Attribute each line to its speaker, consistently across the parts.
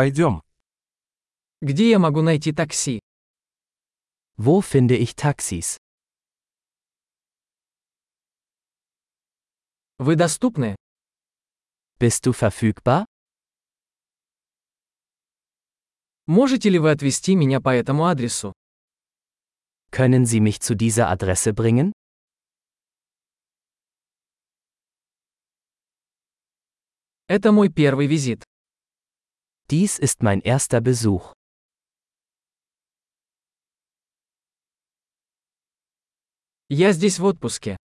Speaker 1: Пойдем.
Speaker 2: Где я могу найти такси?
Speaker 3: Wo finde ich Taxis?
Speaker 2: Вы доступны?
Speaker 3: Bist du verfügbar?
Speaker 2: Можете ли вы отвезти меня по этому адресу?
Speaker 3: Können Sie mich zu dieser Adresse bringen?
Speaker 2: Это мой первый визит.
Speaker 3: Dies ist mein erster Besuch.
Speaker 2: Я здесь в отпуске.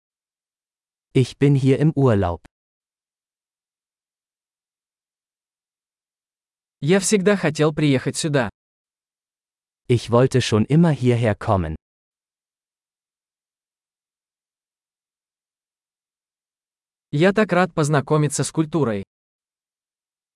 Speaker 3: Ich bin hier im Urlaub.
Speaker 2: Я всегда хотел приехать сюда.
Speaker 3: Ich wollte schon immer hierher kommen.
Speaker 2: Я так рад познакомиться с культурой.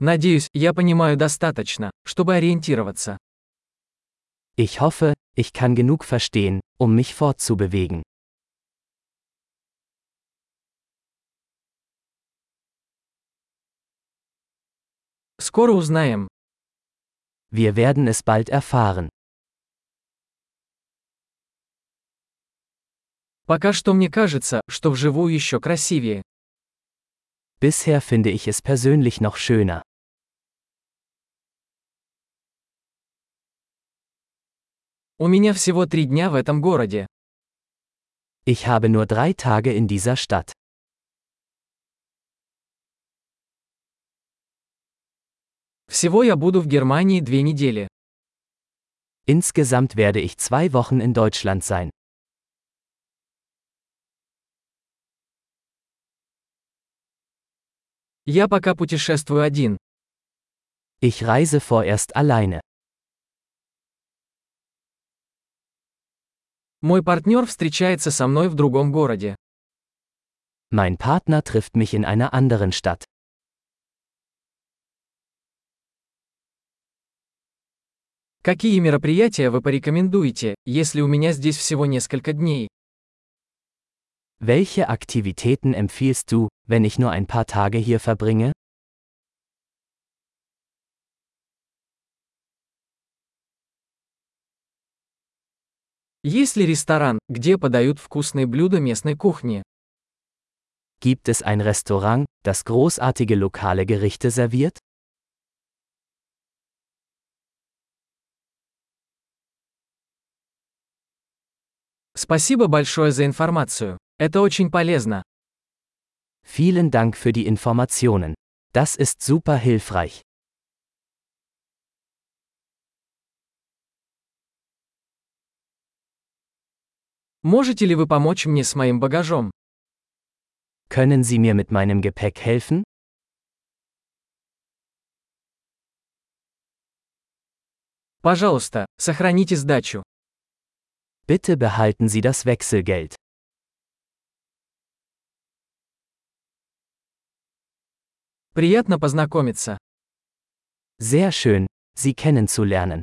Speaker 2: Надеюсь, я понимаю достаточно, чтобы ориентироваться.
Speaker 3: Ich hoffe, ich kann genug verstehen, um mich fortzubewegen.
Speaker 2: Скоро узнаем.
Speaker 3: Wir werden es bald erfahren.
Speaker 2: Пока что мне кажется, что вживую еще красивее.
Speaker 3: Bisher finde ich es persönlich noch schöner.
Speaker 2: У меня всего три дня в этом городе.
Speaker 3: Ich habe nur drei Tage in dieser Stadt.
Speaker 2: Всего я буду в Германии две недели.
Speaker 3: Insgesamt werde ich zwei Wochen in Deutschland sein.
Speaker 2: Я пока путешествую один.
Speaker 3: Ich reise vorerst alleine.
Speaker 2: Мой партнер встречается со мной в другом городе.
Speaker 3: Mein Partner trifft mich in einer anderen Stadt.
Speaker 2: Какие мероприятия вы порекомендуете, если у меня здесь всего несколько дней?
Speaker 3: Welche Aktivitäten empfiehlst du, wenn ich nur ein paar Tage hier verbringe?
Speaker 2: Есть ли ресторан, где подают вкусные блюда местной кухни?
Speaker 3: Gibt es ein Restaurant, das großartige lokale Gerichte serviert?
Speaker 2: Спасибо большое за информацию. Это очень полезно.
Speaker 3: Vielen Dank für die Informationen. Das ist super hilfreich.
Speaker 2: Можете ли вы помочь мне с моим багажом?
Speaker 3: Können Sie mir mit meinem Gepäck helfen?
Speaker 2: Пожалуйста, сохраните сдачу.
Speaker 3: Bitte behalten Sie das Wechselgeld.
Speaker 2: Приятно познакомиться.
Speaker 3: Sehr schön, Sie kennenzulernen.